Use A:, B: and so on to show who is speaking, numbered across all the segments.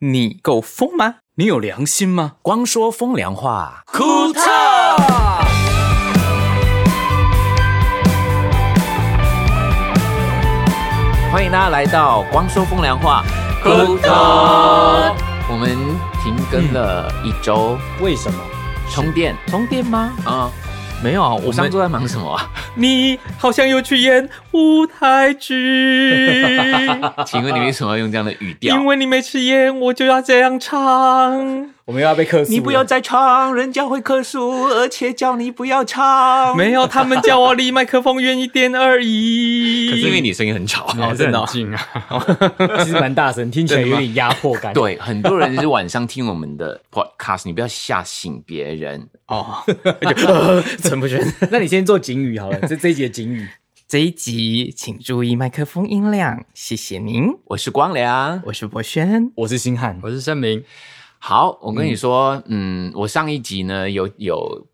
A: 你够疯吗？你有良心吗？
B: 光说风凉话，
A: 库特，
B: 欢迎大家来到光说风凉话。
A: 库特，
B: 我们停更了一周，
C: 为什么？
B: 充电，充电吗？啊、没有啊，我上周在忙什么啊？
A: 你好像又去演舞台剧，
B: 请问你为什么要用这样的语调
A: 因？为你每次演我就要这样唱。
C: 我们又要被克诉了？
B: 再唱，人家会克数，而且叫你不要唱
A: 没有，他们叫我离麦克风远一点而已。
B: 可是因为你声音很吵。
A: 哦，真的哦、啊
C: 其实蛮大声，听起来有点压迫感。，
B: 对，很多人是晚上听我们的 podcast，你不要吓醒别人。
A: 哦，就呃陈柏 轩，
C: 那你先做警语好了，这这一节警语。
A: 这一集请注意麦克风音量，谢谢您。
B: 我是光良，
A: 我是博轩，
C: 我是星汉，
D: 我是盛明，
B: 好，我跟你说，嗯，我上一集呢有有，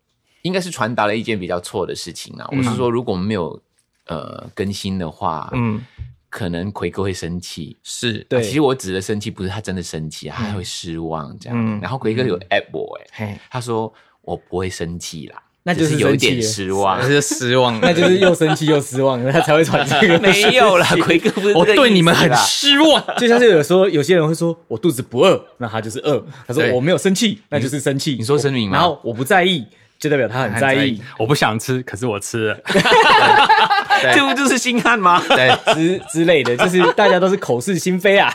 B: 应该是传达了一件比较错的事情啊。我是说，如果我们没有呃更新的话，
A: 嗯，
B: 可能奎哥会生气。
A: 是，
C: 对
B: 啊其实我指的生气不是他真的生气，他会失望这样。
A: 嗯
B: 然后奎哥有 at 我、欸，
A: 嘿，
B: 他说我不会生气啦，
C: 那就是
B: 只有一点
C: 生气了
B: 失望
A: 我。 是失 望，
C: 那就是又生气又失望， 他才会传 这个。
B: 没有啦，奎哥不 是
A: 我
B: 这个
A: 对
B: 意
A: 你们
B: 思
A: 很
B: 啦
A: 失望。
C: 就像是有时候有些人会说我肚子不饿，那他就是饿。他说
A: 对
C: 我没有生气，那就是生气。
B: 你说生病吗
C: 然后我不在意，就代表他很在意。
D: 我不想吃，可是我吃了。
B: 这不就是星汉吗？
A: 对，
C: 哎之之类的，就是大家都是口是心非啊。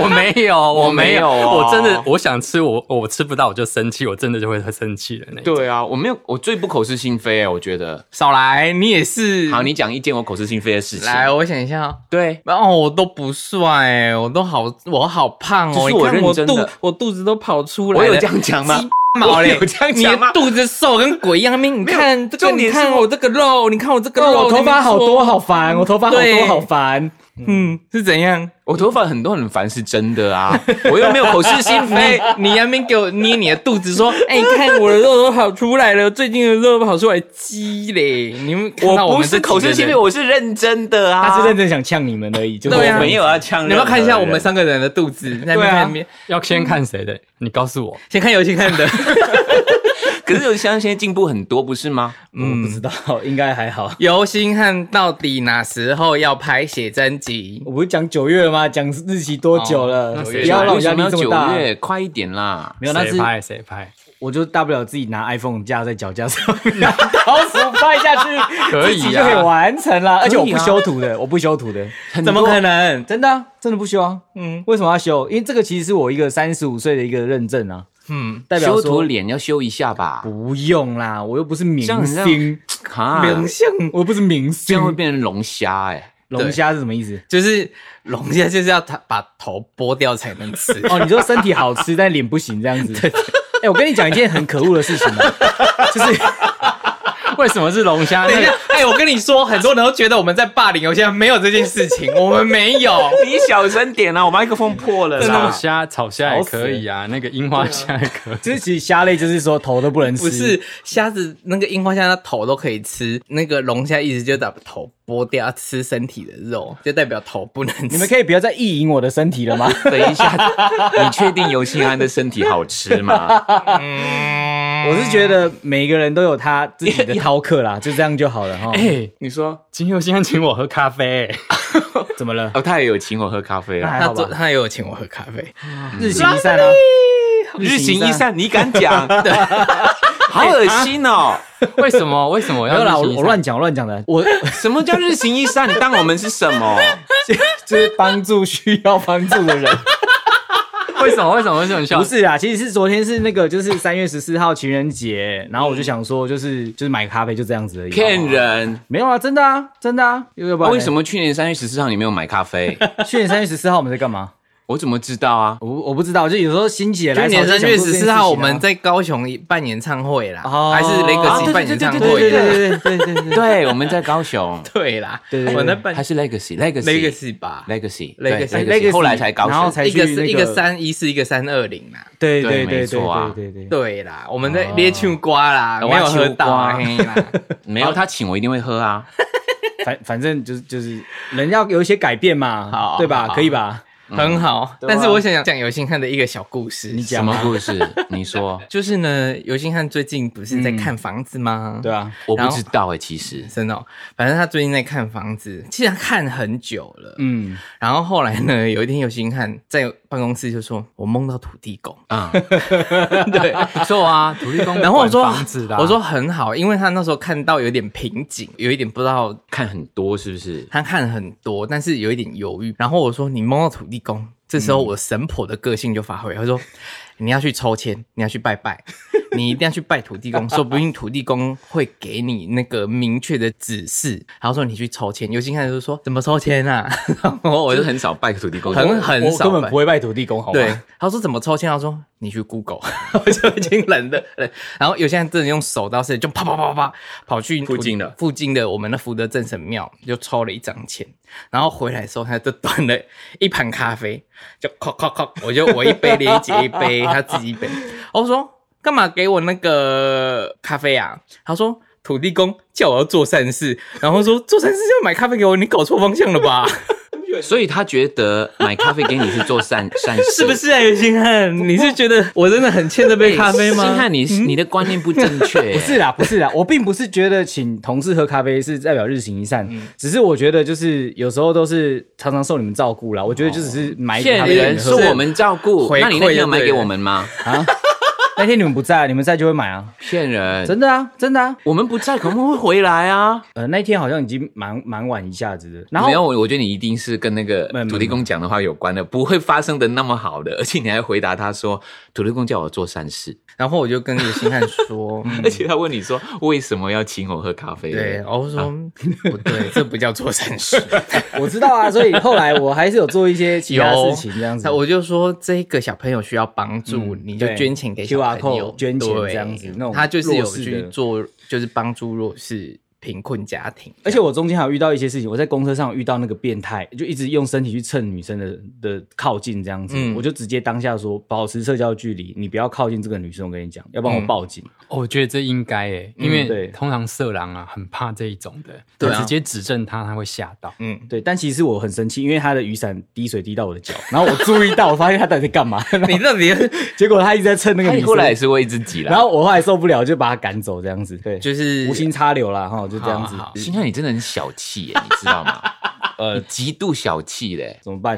D: 我没有， 我没有，啊
B: 我没有哦
D: 我真的我想吃，我我吃不到我就生气，我真的就会生气的那种。
B: 对啊，我没有，我最不口是心非、欸，我觉得。
A: 少来，你也是。
B: 好，你讲一件我口是心非的事情。
A: 来，我想一下哦。
B: 对，
A: 哦，我都不帅、我都好，我好胖哦！
B: 这是
A: 你
B: 我
A: 看我
B: 认真的
A: 肚，我肚子都跑出来
B: 我
A: 了。
B: 有这样讲吗
A: 鸡？毛嘞！
B: 我有这样
A: 你
B: 讲吗
A: 的肚子瘦跟鬼一样，你看这个，
B: 重
A: 你
B: 点是哦
A: 看我这个肉，你看我这个肉，
C: 我头发好多，
A: 你
C: 好烦，我头发好
A: 对
C: 多，好烦。
A: 看嗯，是怎样？
B: 我头发很多很烦是真的啊，我又没有口是心非。
A: 你那边给我捏你的肚子，说：“哎、你看我的肉都跑出来了，最近的肉都跑出来，鸡嘞！”你们看到
B: 我不
A: 们这
B: 是
A: 几个
B: 口是心非，
A: 人
B: 我是认真的啊。
C: 他是认真想呛你们而已，就是
A: 对啊
B: 我没有要呛人。
A: 你要不要看一下我们三个人的肚子？那
B: 对
A: 边
B: 啊
A: 看边，
D: 要先看谁的？你告诉我，
A: 先看有先看 的。
B: 可是我相信现在进步很多，不是吗？
C: 我
B: 嗯
C: 不知道，应该还好。
A: 游星汉到底哪时候要拍写真集？
C: 我不是讲九月吗？讲日期多久了？
D: 哦那
C: 不
D: 谁
C: 要让
B: 啊
C: 我
B: 为
C: 压
B: 什么
C: 力
B: 要
C: 这么
B: 九
C: 大。
B: 月？快一点啦！
C: 没有，那
D: 谁
C: 是
D: 拍谁拍？
C: 我就大不了自己拿 iPhone 架在脚架上面，然后手拍下 去，
D: 可以啊
C: 自己就可以完成了。而且我
B: 可以啊
C: 不修图的，我不修图的，
B: 很
A: 怎
B: 多
A: 么可能？
C: 真的、啊，真的不修啊。
A: 嗯
C: 为什么要修？因为这个其实是我一个三十五岁的一个认证啊，
A: 嗯，
C: 代表
B: 修
C: 说
B: 图脸要修一下吧？
C: 不用啦，我又不是明
B: 这样很像
C: 星，
B: 啊，
A: 明星
C: 我又不是明
B: 这
C: 星
B: 样。会变成龙虾哎。
C: 龙虾是什么意思？
A: 就是龙虾就是要他把头剥掉才能吃。
C: 哦，你说身体好吃，但脸不行这样 子。哎、我跟你讲一件很可恶的事情、啊，就是。
D: 为什么是龙虾？
A: 等一
D: 那
A: 下
D: 个，
A: 哎、我跟你说，很多人都觉得我们在霸凌，我现在没有这件事情，我们没 有。
B: 你小声点啦，我麦克风破了
D: 炒
B: 啦。
D: 虾、炒虾也可以啊，那个樱花虾也可以。
C: 就是其实虾类就是说头都不能吃，
A: 不是虾子那个樱花虾，它头都可以吃，那个龙虾意思就是把头剥掉，吃身体的肉，就代表头不能吃。
C: 你们可以不要再意淫我的身体了 吗？
B: 等一下，你确定尤信安的身体好吃吗？
C: 我是觉得每个人都有他 自己的饕客啦，就这样就好了哈。
D: 哎，
B: 你说
D: 金佑先请我喝咖啡，
C: 怎么了？
B: 哦，他也有请我喝咖啡啊啦。
C: 还
A: 他
C: 好
A: 昨
C: 吧？
A: 他也有请我喝咖啡，
C: 日行一善啊，
B: 日行一善，你敢讲？ 好恶心哦！
D: 为什么？为什 么我
C: 没有
D: 要
C: 啦，我
D: 日行一
C: 我
D: 善
C: 乱讲，我乱讲的，我
B: 什么叫日行一善？你当我们是什么？
C: 就是帮助需要帮助的人。
D: 为什么？为什么？为什么你笑
C: 不？是啊，其实是昨天是那个，就是三月十四号情人节，然后
A: 嗯
C: 我就想说，就是就是买咖啡就这样子而已。
B: 骗人！
C: 没有啊，真的啊，真的啊，要不然
B: 哦为什
C: 么
B: 么去年三月十四号你没有买咖啡？
C: 去年三月十四号我们在干嘛？
B: 我怎么知道啊？
C: 我不我不知道，就有时候心血
A: 去
C: 来潮
A: 年
C: 就想
A: 三
C: 做
A: 月
C: 这件事
A: 十
C: 情啊。
A: 四号我们在高雄办演唱会啦，
C: 哦
A: 还是雷可吉办演唱
C: 对
A: 会啦。
C: 对对对对对对对。
B: 对，我们在高雄，
A: 对啦，
C: 对对
A: 我
C: 对
A: 在办
B: 还是
A: Legacy
B: Legacy，Legacy，Legacy，Legacy，
C: 啊
A: 吧，
B: 对
A: Legacy
B: Legacy，后来才高
C: 然后
B: 雄。
C: 才
A: 一
C: 去
A: 个是
C: 那
A: 一个三一四，一个三二零啦。
C: 对
B: 对
C: 对对
B: 没
C: 对
B: 错啊
C: 对对对，
A: 对啦，我们
C: 哦
A: 在列秋瓜
C: 哎
A: 啦，
B: 哦
A: 没有喝到啊
B: 我要
A: 嘿 啦。
B: 没有他请我一定会喝啊。
C: 反反正就是就是人要有一些改变嘛，
A: 好
C: 对
A: 好
C: 吧？可以吧？
A: 很好。
C: 对啊
A: 但是我想讲尤星汉的一个小故事，
C: 你
B: 什
C: 讲
B: 么
C: 啊，
B: 故事？你说，
A: 就是呢，尤星汉最近不是在看房子吗？
C: 嗯对啊，
B: 我不
A: 然后
B: 知道哎，其实
A: 真的哦、反正他最近在看房子，其实他看很久了。
C: 嗯，
A: 然后后来呢， 有一天尤星汉在办公室就说：“我梦到土地公。
B: 啊，”
A: 对，
D: 做啊，土地公。
A: 然后我说
D: 房子的啊，
A: 我说很好，因为他那时候看到有点瓶颈，有一点不知道
B: 看很多是不是？
A: 他看很多，但是有一点犹豫。然后我说你梦到土地公，这时候我神婆的个性就发挥，她说你要去抽签，你要去拜拜，你一定要去拜土地公，说不定土地公会给你那个明确的指示。然后说你去抽签，尤金看就说怎么抽签啊？ 然后我
B: 我
A: 就是
B: 很少拜土地公，
A: 很很
C: 我
A: 少
C: 根本
A: 拜
C: 不会拜土地公，好吗？
A: 对，他说怎么抽签？他说你去 Google，我 就已经冷了。冷然后有些人真的用手刀是就啪啪啪啪跑去
B: 附近的
A: 附近的我们的福德正神庙，就抽了一张签，然后回来的时候他就端了一盘咖啡，就咔咔咔，我就我一杯连姐一杯，他自己一 杯。我说干嘛给我那个咖啡啊？他说。土地公叫我要做善事，然后说做善事就买咖啡给我，你搞错方向了吧？
B: 所以他觉得买咖啡给你是做善善事，
A: 是不？是啊，尤星汉？你是觉得我真的很欠这杯咖啡吗？
B: 星汉，你你的观念不正确，
C: 不是啦，不是啦，我并不是觉得请同事喝咖啡是代表日行一善，
B: 嗯
C: 只是我觉得就是有时候都是常常受你们照顾啦。我觉得就只哎是买一个咖
B: 哦骗
C: 啡给
B: 人，
C: 你
B: 是
C: 喝。啊
B: 我们照顾。
A: 回馈
B: 那你那天有
A: 就
B: 买
A: 对
B: 给
A: 了
B: 我们吗？
C: 那天你们不在，你们在就会买啊，
B: 骗人，
C: 真的啊，真的啊。
B: 我们不在，可能会回来啊。
C: 呃，那天好像已经蛮蛮晚一下子的，然后
B: 没有，我我觉得你一定是跟那个
C: 没有没有
B: 土地公讲的话有关的，不会发生的那么好的，而且你还回答他说土地公叫我做善事，
A: 然后我就跟尤星汉说，嗯
B: 而且他问你说为什么要请我喝咖啡？
A: 对，然后说、不对，这不叫做善 事。
C: 我知道啊，所以后来我还是有做一些其他事情这样子。
A: 那我就说这个小朋友需要帮助，你就
C: 对
A: 捐钱给小朋
C: QR
A: 友
C: code，，捐钱
A: 对
C: 这样子那种
A: 他就是有
C: 弱势的
A: 去做，就是帮助弱势贫困家庭。
C: 而且我中间还有遇到一些事情，我在公车上有遇到那个变态，就一直用身体去蹭女生的的靠近这样子，
A: 嗯
C: 我就直接当下说保持社交距离，你不要靠近这个女生，我跟你讲，要不然我报警。
A: 嗯
D: 哦我觉得这应该诶，因
C: 嗯对
D: 为通常色狼啊很怕这一种的，
A: 对啊
D: 你直接指正他，他会吓到。
A: 嗯，
C: 对，但其实我很生气，因为她的雨伞滴水滴到我的脚，然后我注意到，我发现她到底在 干嘛，然后
A: 你到底是
C: 结果她一直在蹭那个
B: 他
C: 女
B: 后来也
C: 生，
B: 是为自己啦。啊
C: 然后我后来受不了，就把她赶走这样子，对，
A: 就是
C: 无心插柳啦，哈，就这样子
A: 好好，
B: 星汉，你真的很小气耶，你知道吗？
C: 呃
B: 你，极度小气嘞。
C: 怎么办？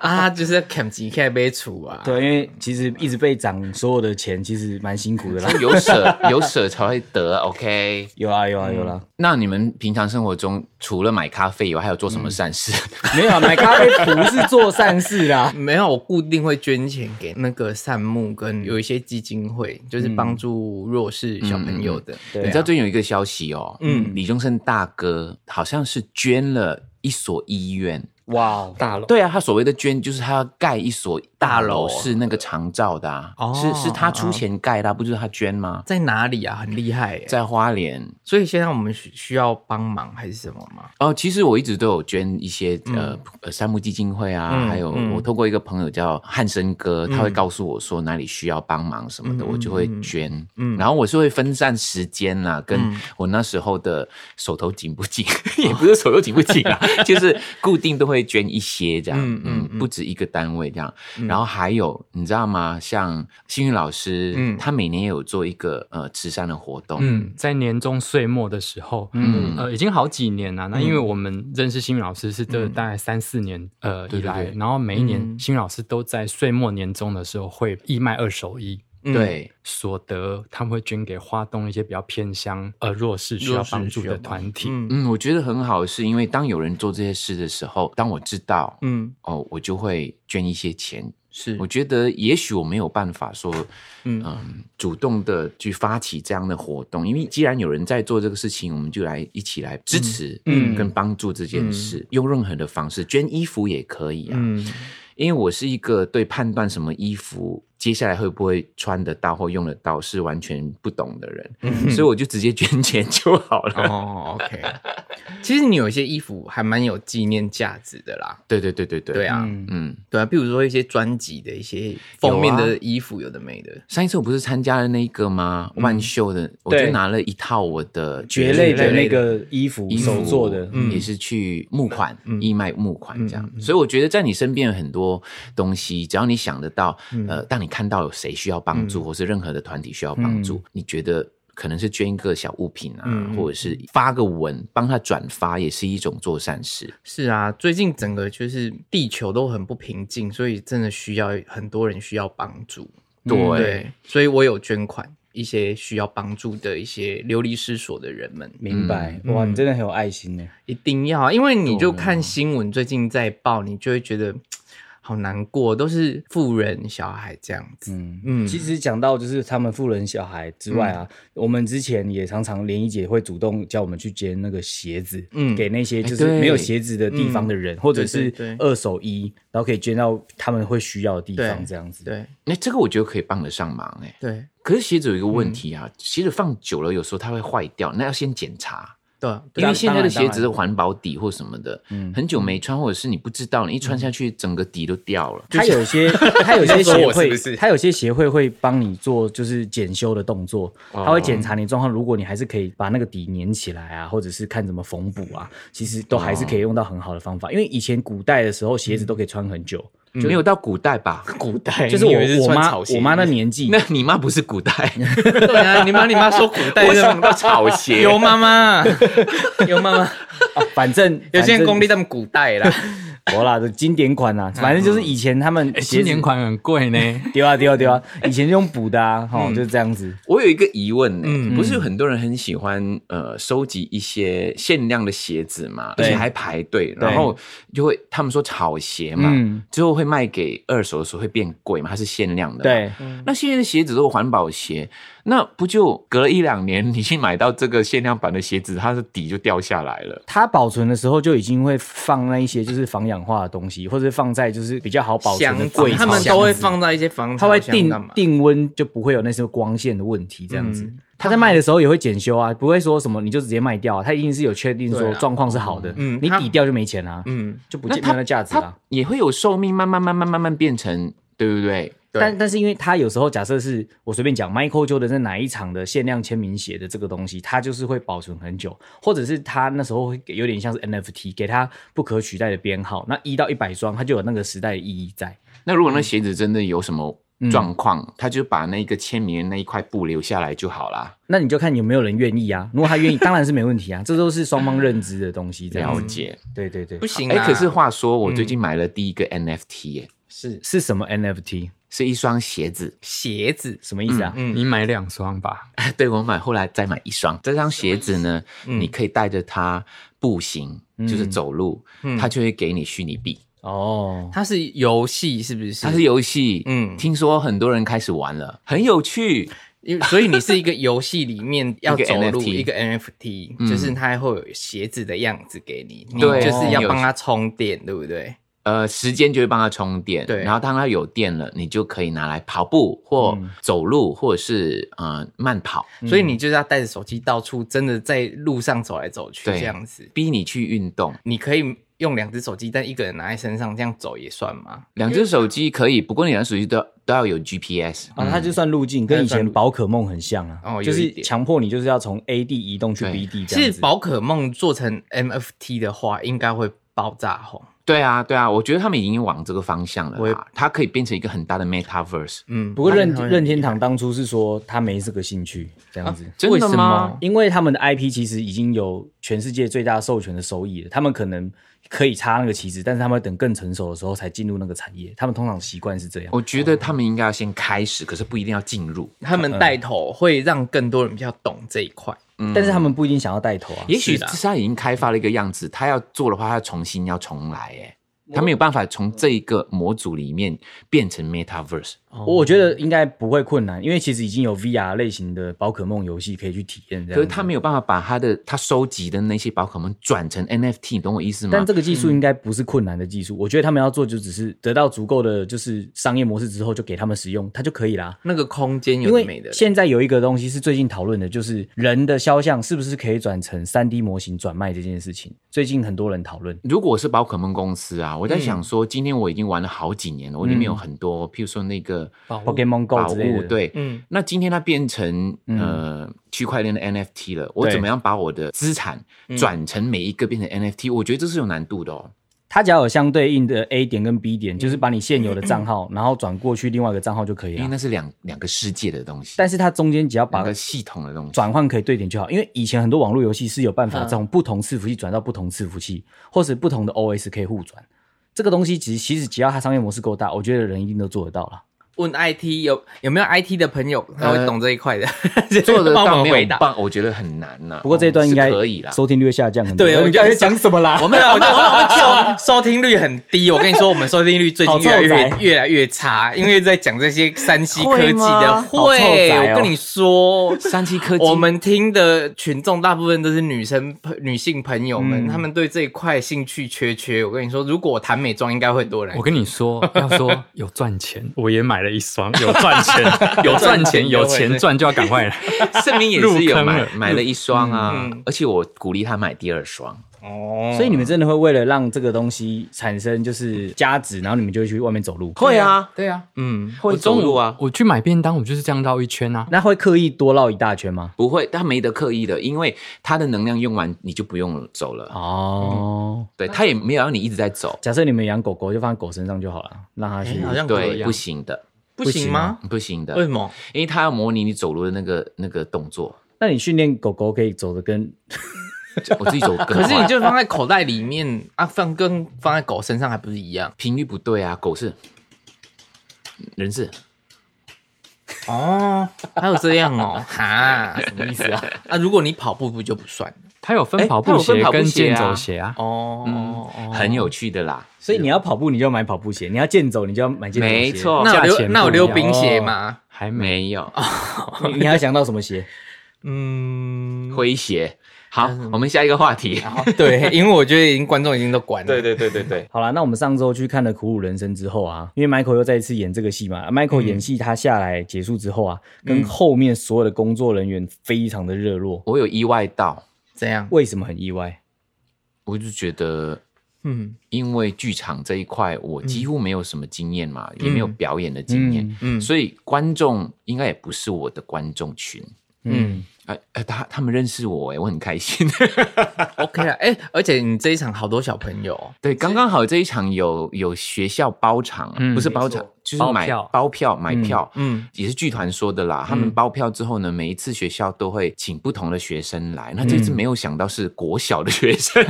A: 啊，就是要砍几块杯醋啊？
C: 对，因为其实一直被涨所有的钱，其实蛮辛苦的啦。
B: 有舍有舍才会得，OK。
C: 有啊有啊有啦，
B: 那你们平常生活中除了买咖啡以外，还有做什么善事？
C: 没有啊，买咖啡不是做善事啦。
A: 没有，我固定会捐钱给那个善牧跟有一些基金会，就是帮助弱势小朋友的。
C: 对啊
B: 你知道最近有一个消息哦，嗯，李宗盛大哥好像是捐了一所医院。
C: 哇哦，
D: 大楼
B: 对啊，他所谓的捐就是他要盖一所大
A: 大楼
B: 楼，
A: 啊
B: 是那个长照的啊，
A: 哦
B: 是是他出钱盖的啊、不就是他捐吗？
A: 在哪里啊？很厉害耶、
B: 在花莲
A: 所以现在我们需需要帮忙还是什么吗？
B: 哦，其实我一直都有捐一些呃呃山木基金会啊，
A: 嗯
B: 还有
A: 嗯
B: 我透过一个朋友叫汉生哥，他会告诉我说哪里需要帮忙什么的，
A: 嗯
B: 我就会捐。
A: 嗯
B: 然后我是会分散时间啦，跟
A: 嗯
B: 我那时候的手头紧不紧， 也不是手头紧不紧啊，就是固定都会捐一些这样，
A: 哦嗯
B: 嗯
A: 嗯嗯
B: 不止一个单位这样。然后还有你知道吗？像幸运老师，
A: 嗯
B: 他每年也有做一个呃慈善的活动，
D: 嗯，在年终岁末的时候，嗯，呃，已经好几年了。那因为我们认识新宇老师是这大概三四年呃
B: 对
D: 以
B: 对
D: 来
B: 对，
D: 然后每一
A: 嗯
D: 年新宇老师都在岁末年终的时候会义卖二手衣。
A: 嗯，
B: 对。
D: 所得，他们会捐给花东一些比较偏乡呃弱势需要帮助的团体。
A: 嗯
B: 嗯，我觉得很好，是因为当有人做这些事的时候，当我知道，
A: 嗯，
B: 哦，我就会捐一些钱。
A: 是
B: 我觉得也许我没有办法说，
A: 嗯
B: 嗯主动的去发起这样的活动，因为既然有人在做这个事情，我们就来一起来支持，
C: 嗯
B: 嗯，
C: 嗯
B: 跟帮助这件事，用任何的方式，捐衣服也可以啊。
A: 嗯
B: 因为我是一个对判断什么衣服接下来会不会穿得到或用得到是完全不懂的人，所以我就直接捐钱就好了。
A: 哦，OK，其实你有一些衣服还蛮有纪念价值的啦。
B: 对对对对对，
A: 对啊，
B: 嗯，
A: 对啊，比如说一些专辑的一些封面
B: 有啊
A: 的衣服，有的没的。
B: 上一次我不是参加了那一个吗？万秀的，我就
C: 嗯对
B: 拿了一套我的
C: 蕨类的那
B: 蕨
C: 个衣服
B: 衣服
C: 手做的，嗯
B: 嗯也是去募款、义卖募款这样。所以我觉得在你身边有很多东西，只要你想得到，
C: 嗯
B: 呃，当你看到有谁需要帮助，或是任何的团体需要帮
C: 嗯
B: 助，你觉得。可能是捐一个小物品啊，或者是发个文，帮他转发，也是一种做善事。
A: 是啊，最近整个就是地球都很不平静，所以真的需要很多人需要帮助。嗯
B: 对，
A: 对，所以我有捐款一些需要帮助的一些流离失所的人们，
C: 明白？哇，你真的很有爱心呢。
A: 一定要啊，因为你就看新闻最近在报，你就会觉得好难过，都是富人小孩这样子。
C: 嗯
A: 嗯
C: 其实讲到就是他们富人小孩之外啊，我们之前也常常莲姨姐会主动叫我们去捡那个鞋子，
A: 嗯
C: 给那些就是
B: 哎对
C: 没有鞋子的地方的人，或者
A: 对
C: 是
A: 对对
C: 二手衣，然后可以捐到他们会需要的地
A: 对
C: 方，这样子。
A: 对
B: 那、这个我觉得可以帮得上忙哎、
A: 对
B: 可是鞋子有一个问题
C: 嗯
B: 啊，鞋子放久了有时候它会坏掉，那要先检查。
A: 对啊，对
B: 因
A: 啊
B: 为现在的鞋
C: 当
B: 子是
C: 然嗯
B: 环保底或什么的，很久没穿，或者是你不知道，你一穿下去，整个底都掉了。
C: 他 有些，他有些
A: 说
C: 协
A: 我是不是
C: 会，他有些协会会帮你做就是检修的动作，
A: 哦
C: 他会检查你状况。如果你还是可以把那个底粘起来啊，或者是看怎么缝补啊，其实都还是
A: 哦
C: 可以用到很好的方法。因为以前古代的时候，鞋子都可以穿很久，
B: 没有到古代吧？
A: 古代
C: 就是
A: 嗯你以为
C: 我我
A: 穿
C: 妈
A: 草鞋
C: 我妈那年纪
B: 那，你妈不是 古代，
A: 对啊，你妈你妈说古代
B: 我
A: 是
B: 想到草 鞋。
A: 有妈妈，有 妈妈，
C: 啊反正
A: 有些人功
C: 功力
A: 力 他们古代啦。
C: 我啦的经典款啊，反正就是以前他们
D: 哎
C: 鞋
D: 新
C: 子
D: 年款很贵 呢。
C: 丢啊丢啊丢啊，以前是用补的啊，
A: 嗯
C: 哈，就是这样子。
B: 我有一个疑问呢、
C: 嗯
B: 不是有很多人很喜欢呃收集一些限量的鞋子嘛，而
C: 对
B: 且还排队，然后就会他们说草鞋嘛，
C: 嗯
B: 最后会卖给二手的时候会变贵嘛，它是限量的。。
C: 对，
B: 那现在的鞋子都是环保鞋，那不就隔了一两年，你去买到这个限量版的鞋子，它的底就掉下来了。
C: 它保存的时候就已经会放那一些就是防氧化的东西，或者放在就是比较好保存的
A: 箱
C: 柜
A: 子，
C: 子，
A: 他们都会放在一些房，
C: 它会
A: 定
C: 定
A: 干嘛？
C: 定温，就不会有那些光线的问题这样子。他在卖的时候也会检修啊，不会说什么你就直接卖掉啊，他一定是有确定
A: 对
C: 说
A: 啊
C: 状况是好的，
A: 嗯
C: 你
A: 它
C: 抵掉就没钱啦、
A: 嗯，
C: 就不
B: 那
C: 见没
B: 它
C: 有那价值啊
B: 它
C: 啦。
B: 也会有寿命，慢慢慢慢慢慢变成，对不对？
A: 对
C: 但但是因为他有时候假设是我随便讲，Michael Jordan 在哪一场的限量签名鞋的这个东西，它就是会保存很久，或者是他那时候会给有点像是 NFT，给他不可取代的编号，那一到一百双，它就有那个时代的意义在。
B: 那如果
C: 嗯
B: 那鞋子真的有什么状况，他就把那个签名的那一块布留下来就好啦。
C: 那你就看有没有人愿意啊？如果 他愿意，当然是没问题啊，这都是双方认知的东西。这样
B: 了
C: 子，
B: 解。
C: 对对对
A: 不，行
B: 哎、
A: 啊。
B: 可是话说，
C: 嗯
B: 我最近买了第一个 NFT 耶、
A: 是
C: 是什么 NFT？
B: 是一双鞋子，
A: 鞋子，
C: 什么意思啊？
A: 嗯
D: 你买两双吧，
B: 对我买，后来再买一双。这双鞋子呢，
C: 嗯
B: 你可以带着它步行，就是走路，
C: 嗯
A: 嗯
B: 它就会给你虚拟币。
C: 哦，
A: 它是游戏是不是？
B: 它是游戏，
A: 嗯
B: 嗯，听说很多人开始玩了，很有趣。
A: 因为，所以你是一个游戏里 面要
B: 一个
A: 走路
B: NFT
A: 一个 NFT，就是它会有鞋子的样子给你，你
B: 对
A: 就是要
B: 哦
A: 帮它充电，对不对？
B: 呃，时间就会帮它充电，
A: 对
B: 然后当它有电了，你就可以拿来跑步或
A: 嗯
B: 走路，或者是呃慢跑，
A: 所以你就是要带着手机到处，真的在路上走来走去
B: 对
A: 这样子。
B: 逼你去运动。
A: 你可以用两只手机，但一个人拿在身上这样走也算吗？
B: 两只手机可以，不过你两只手机都要都要有 GPS。
A: 嗯
C: 啊，它就算路径跟以前宝可梦很像啊，
A: 哦有一
C: 就
A: 点
C: 是强迫你就是要从 A 地移动去 B 地这
A: 其
C: 样
A: 实
C: 子。
A: 宝可梦做成 NFT 的话，应该会爆炸红。
B: 对啊，对啊，我觉得他们已经往这个方向
A: 我
B: 了
A: 也
B: 啦。它可以变成一个很大的 Metaverse。
A: 嗯，
C: 不过任
A: 它会
C: 任天堂当初是说他没这个兴趣这样子。
B: 真
A: 为
B: 的
A: 什
B: 吗
A: 么？
C: 因为他们的 IP 其实已经有全世界最大授权的收益了，他们可能可以插那个旗帜，但是他们等更成熟的时候才进入那个产业，他们通常习惯是这样。
B: 我觉得他们应该要先开始，可是不一定要进入。
A: 他们带头会让更多人比较懂这一块。
B: 嗯
C: 但是他们不一定想要带头啊。
B: 也许
A: 是啦
B: 他已经开发了一个样子，他要做的话，他要重新要重来。哎，他没有办法从这一个模组里面变成 Metaverse。
C: 我觉得应该不会困难，因为其实已经有 VR 类型的宝可梦游戏可以去体验。这
B: 可
C: 样
B: 是
C: 子，
B: 他没有办法把他的他收集的那些宝可梦转成 NFT，你懂我意思吗？
C: 但这个技术应该不是困难的技术。我觉得他们要做就只是得到足够的就是商业模式之后，就给他们使用，它就可以啦。
A: 那个空间有
C: 因
A: 的没
C: 为
A: 的，
C: 现在有一个东西是最近讨论的，就是人的肖像是不是可以转成三 D 模型转卖这件事情，最近很多人讨论。
B: 如果我是宝可梦公司啊，我在想说，今天我已经玩了好几年了，我里面有很多，譬如说那个
D: 宝物
C: Pokemon
B: 宝
C: Go 之类
B: 物，
C: 的，，
B: 对，
A: 嗯
B: 那今天它变成呃区块链的 NFT 了，我
C: 对
B: 怎么样把我的资产转成每一个变成 NFT？我觉得这是有难度的哦。
C: 它只要有相对应的 A 点跟 B
A: 嗯
C: 点，就是把你现有的账号，然后转过去另外一个账号就可以
B: 因为
A: 啊
C: 了。
B: 那是两两个世界的东西，
C: 但是它中间只要把
A: 嗯
B: 两个系统的东西。
C: 转换可以对点就好，因为以前很多网络游戏是有办法从不同伺服器转到不同伺服器，或是不同的 OS 可以互转。这个东西其实其实只要它商业模式够大，我觉得人一定都做得到了。
A: 问 IT 有有没有 IT 的朋友，他会懂这一块的，
B: 做得
A: 帮我
B: 到
A: 们
B: 没
A: 回
B: 有
A: 答。
B: 棒，我觉得很难呐、哦
C: 不过这一
A: 哦
C: 段应该
B: 是可以啦。
C: 收听率会下降很多。
A: 对我们就
C: 要讲什么啦？
A: 我们我们我们 收收听率很低，我跟你说，我们收听率最近越来越
C: 好臭仔
A: 越来越差，因为在讲这些山西科技的，
C: 会吗好臭仔
A: 会，
C: 哦
A: 我跟你说，
B: 三七科技，
A: 我们听的群众大部分都是女生朋女性朋友们，她们对这一块兴趣缺缺。我跟你说，如果我谈美妆，应该会很多人
D: 我。跟你说，要说有赚钱， 我也买了一双，有赚钱， 有赚钱，有钱赚就要赶快 来。
B: 盛明也
D: 入
B: 是有
D: 坑
B: 买
D: 了
B: 买了一双啊
A: 嗯嗯，
B: 而且我鼓励他买第二双。
A: 哦
C: 所以你们真的会为了让这个东西产生就是价值，然后你们就会去外面走路？
B: 会啊，
A: 对啊，
D: 嗯，
B: 会走路啊，
D: 我去买便当，我就是这样绕一圈啊。
C: 那会刻意多绕一大圈吗？
B: 不会，他没得刻意的，因为他的能量用完，你就不用走了。
C: 哦，
B: 对他也没有让你一直在走，
C: 假设你们养狗狗，就放在狗身上就好了，让它去
A: 诶。好像可以
B: 对，
A: 啊
B: 不行的，
A: 不行吗？
B: 不行啊的。
A: 为什？么？
B: 因为他要模拟你走路的那个那个 动作，
C: 那你训练狗狗可以走的跟
B: 我自己走更快。
A: 可是你就放在口袋里面啊，放跟放在狗身上还不是一样？
B: 频率不对啊，狗是人是
A: 哦，还有这样 哦，哈，什么意思 啊？啊，如果你跑步不就不算
D: 它有
B: 哎
D: 分跑
B: 它
D: 步
B: 有分
D: 鞋
B: 跑步
D: 跟
B: 鞋
D: 健
B: 啊
D: 走鞋啊。
A: 哦，哦哦
B: 很有趣的啦。
C: 所以你要跑步，你就要买跑步鞋；你要健走，你就要买健走鞋。
B: 没，错，
A: 那我
D: 价钱不
A: 溜
D: 一样
A: 那我溜冰鞋嘛，
D: 还没
B: 没有
C: 你你还想到什么鞋？
A: 嗯，
B: 诙谐。好，我们下一个话题。
A: 对，因为我觉得已经观众已经都管了，
B: 对对对对，
C: 好啦，那我们上周去看了《苦鲁人生》之后啊，因为 Michael 又再一次演这个戏嘛，Michael 演戏他下来结束之后啊，跟后面所有的工作人员非常的热络。
B: 我有意外到，
A: 这样，
C: 为什么很意外？
B: 我就觉得，
A: 嗯
B: 因为剧场这一块我几乎没有什么经验嘛，也没有表演的经验，
A: 嗯
B: 所以观众应该也不是我的观众群。
A: 嗯
B: 呃呃，他他们认识我哎，我很开心。
A: ，OK 啊，哎，而且你这一场好多小朋友哦，
B: 对，刚刚好这一场有有学校包场，
D: 嗯
B: 不是包
A: 没
B: 场
A: 错，
B: 就是买
D: 包票
B: 包票买票，
A: 嗯嗯
B: 也是剧团说的啦。他们包票之后呢，每一次学校都会请不同的学生来，那
A: 嗯
B: 这次没有想到是国小的学生，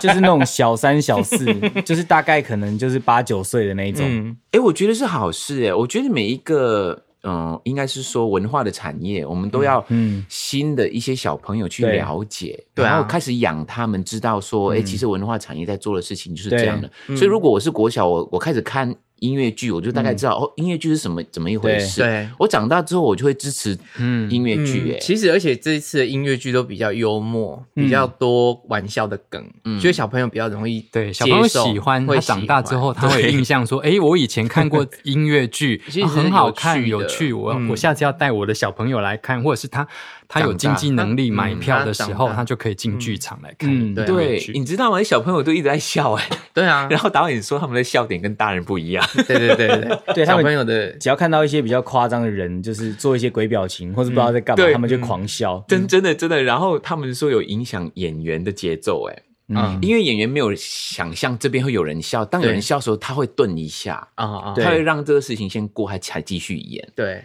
C: 就是那种小三 小四，就是大概可能就是八九岁的那一种。
A: 嗯
B: 哎、我觉得是好事哎。我觉得每一个，嗯、应该是说文化的产业，我们都要
C: 嗯
B: 新的一些小朋友去
C: 对
B: 了解，
A: 对啊
B: 然后开始养他们，知道说，哎、其实文化产业在做的事情就是这样的。所以，如果我是国小，我我开始看音乐剧，我就大概知道、哦，音乐剧是什么怎么一回事。
A: 对对
B: 我长大之后，我就会支持
D: 嗯
B: 音乐剧、
A: 嗯，
B: 哎、
A: 其实而且这一次的音乐剧都比较幽默，比较多玩笑的梗，所以小朋友比较容易
D: 对，小朋友
A: 接受
D: 喜欢，
A: 会
D: 他
A: 喜欢
D: 长大之后他会有印象说，哎，我以前看 过音乐剧
A: 其，实
D: 啊很好看，
A: 有趣
D: 有
A: 的
D: 趣，我
A: 嗯
D: 我下次要带我的小朋友来看，或者是他他有经济能力买
B: 嗯
D: 票的时
A: 他长
D: 候，
A: 大
D: 他就可以进剧场来看
C: 嗯
D: 音
A: 对啊
D: 乐
B: 对，
D: 剧。
B: 你知道吗？小朋友都一直在笑哎、
A: 对 啊，
B: 然后导演说他们的笑点跟大人不一样。
A: 对对对对
C: 对他
A: 小
C: 们
A: 朋友的
C: 只要看到一些比较夸张的人，就是做一些鬼表情或者不知道在干嘛，
B: 对
C: 他们就狂笑。
B: 真真的真的，然后他们说有影响演员的节奏，哎，
A: 嗯
B: 因为演员没有想象这边会有人笑，当有人笑的时候，他会顿一下，
A: 啊啊，
C: 对
B: 他会让这个事情先过，还才继续演，哦
A: 对，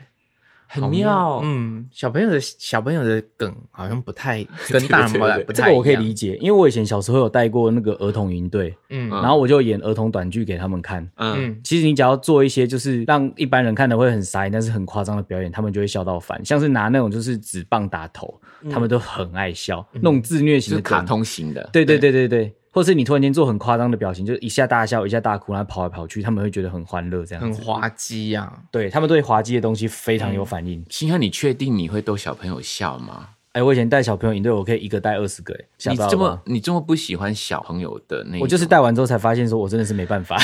B: 很妙。
A: 嗯，小朋友的小朋友的梗好像不太跟大人不
B: 对对对
A: 太不
C: 这
A: 太
C: 个
A: 一
C: 我可以
A: 样
C: 理解，因为我以前小时候有带过那个儿童营队，
A: 嗯
C: 然后我就演儿童短剧给他们看。
B: 嗯，
A: 嗯
C: 其实你只要做一些就是让一般人看的会很傻眼，但是很夸张的表演，他们就会笑到烦。像是拿那种就是
A: 嗯
C: 纸棒打头，他们都很爱笑，那种自虐
B: 就
C: 型
B: 是
C: 的
B: 卡
C: 梗。
B: 通型的，
C: 对对对对对，或是你突然间做很夸张的表情，就一下大笑，一下大哭，然后跑来跑去，他们会觉得很欢乐这样
A: 很
C: 子。
A: 滑稽 啊。
C: 对他们对滑稽的东西非常有反应。
B: 星汉，你确定你会逗小朋友笑吗？
C: 哎、我以前带小朋友营队，我可以一个带二十个、哎，吓
B: 你
C: 到了
B: 这么
C: 吧
B: 你这么不喜欢小朋友的那一种，
C: 我就是带完之后才发现，说我真的是没办法。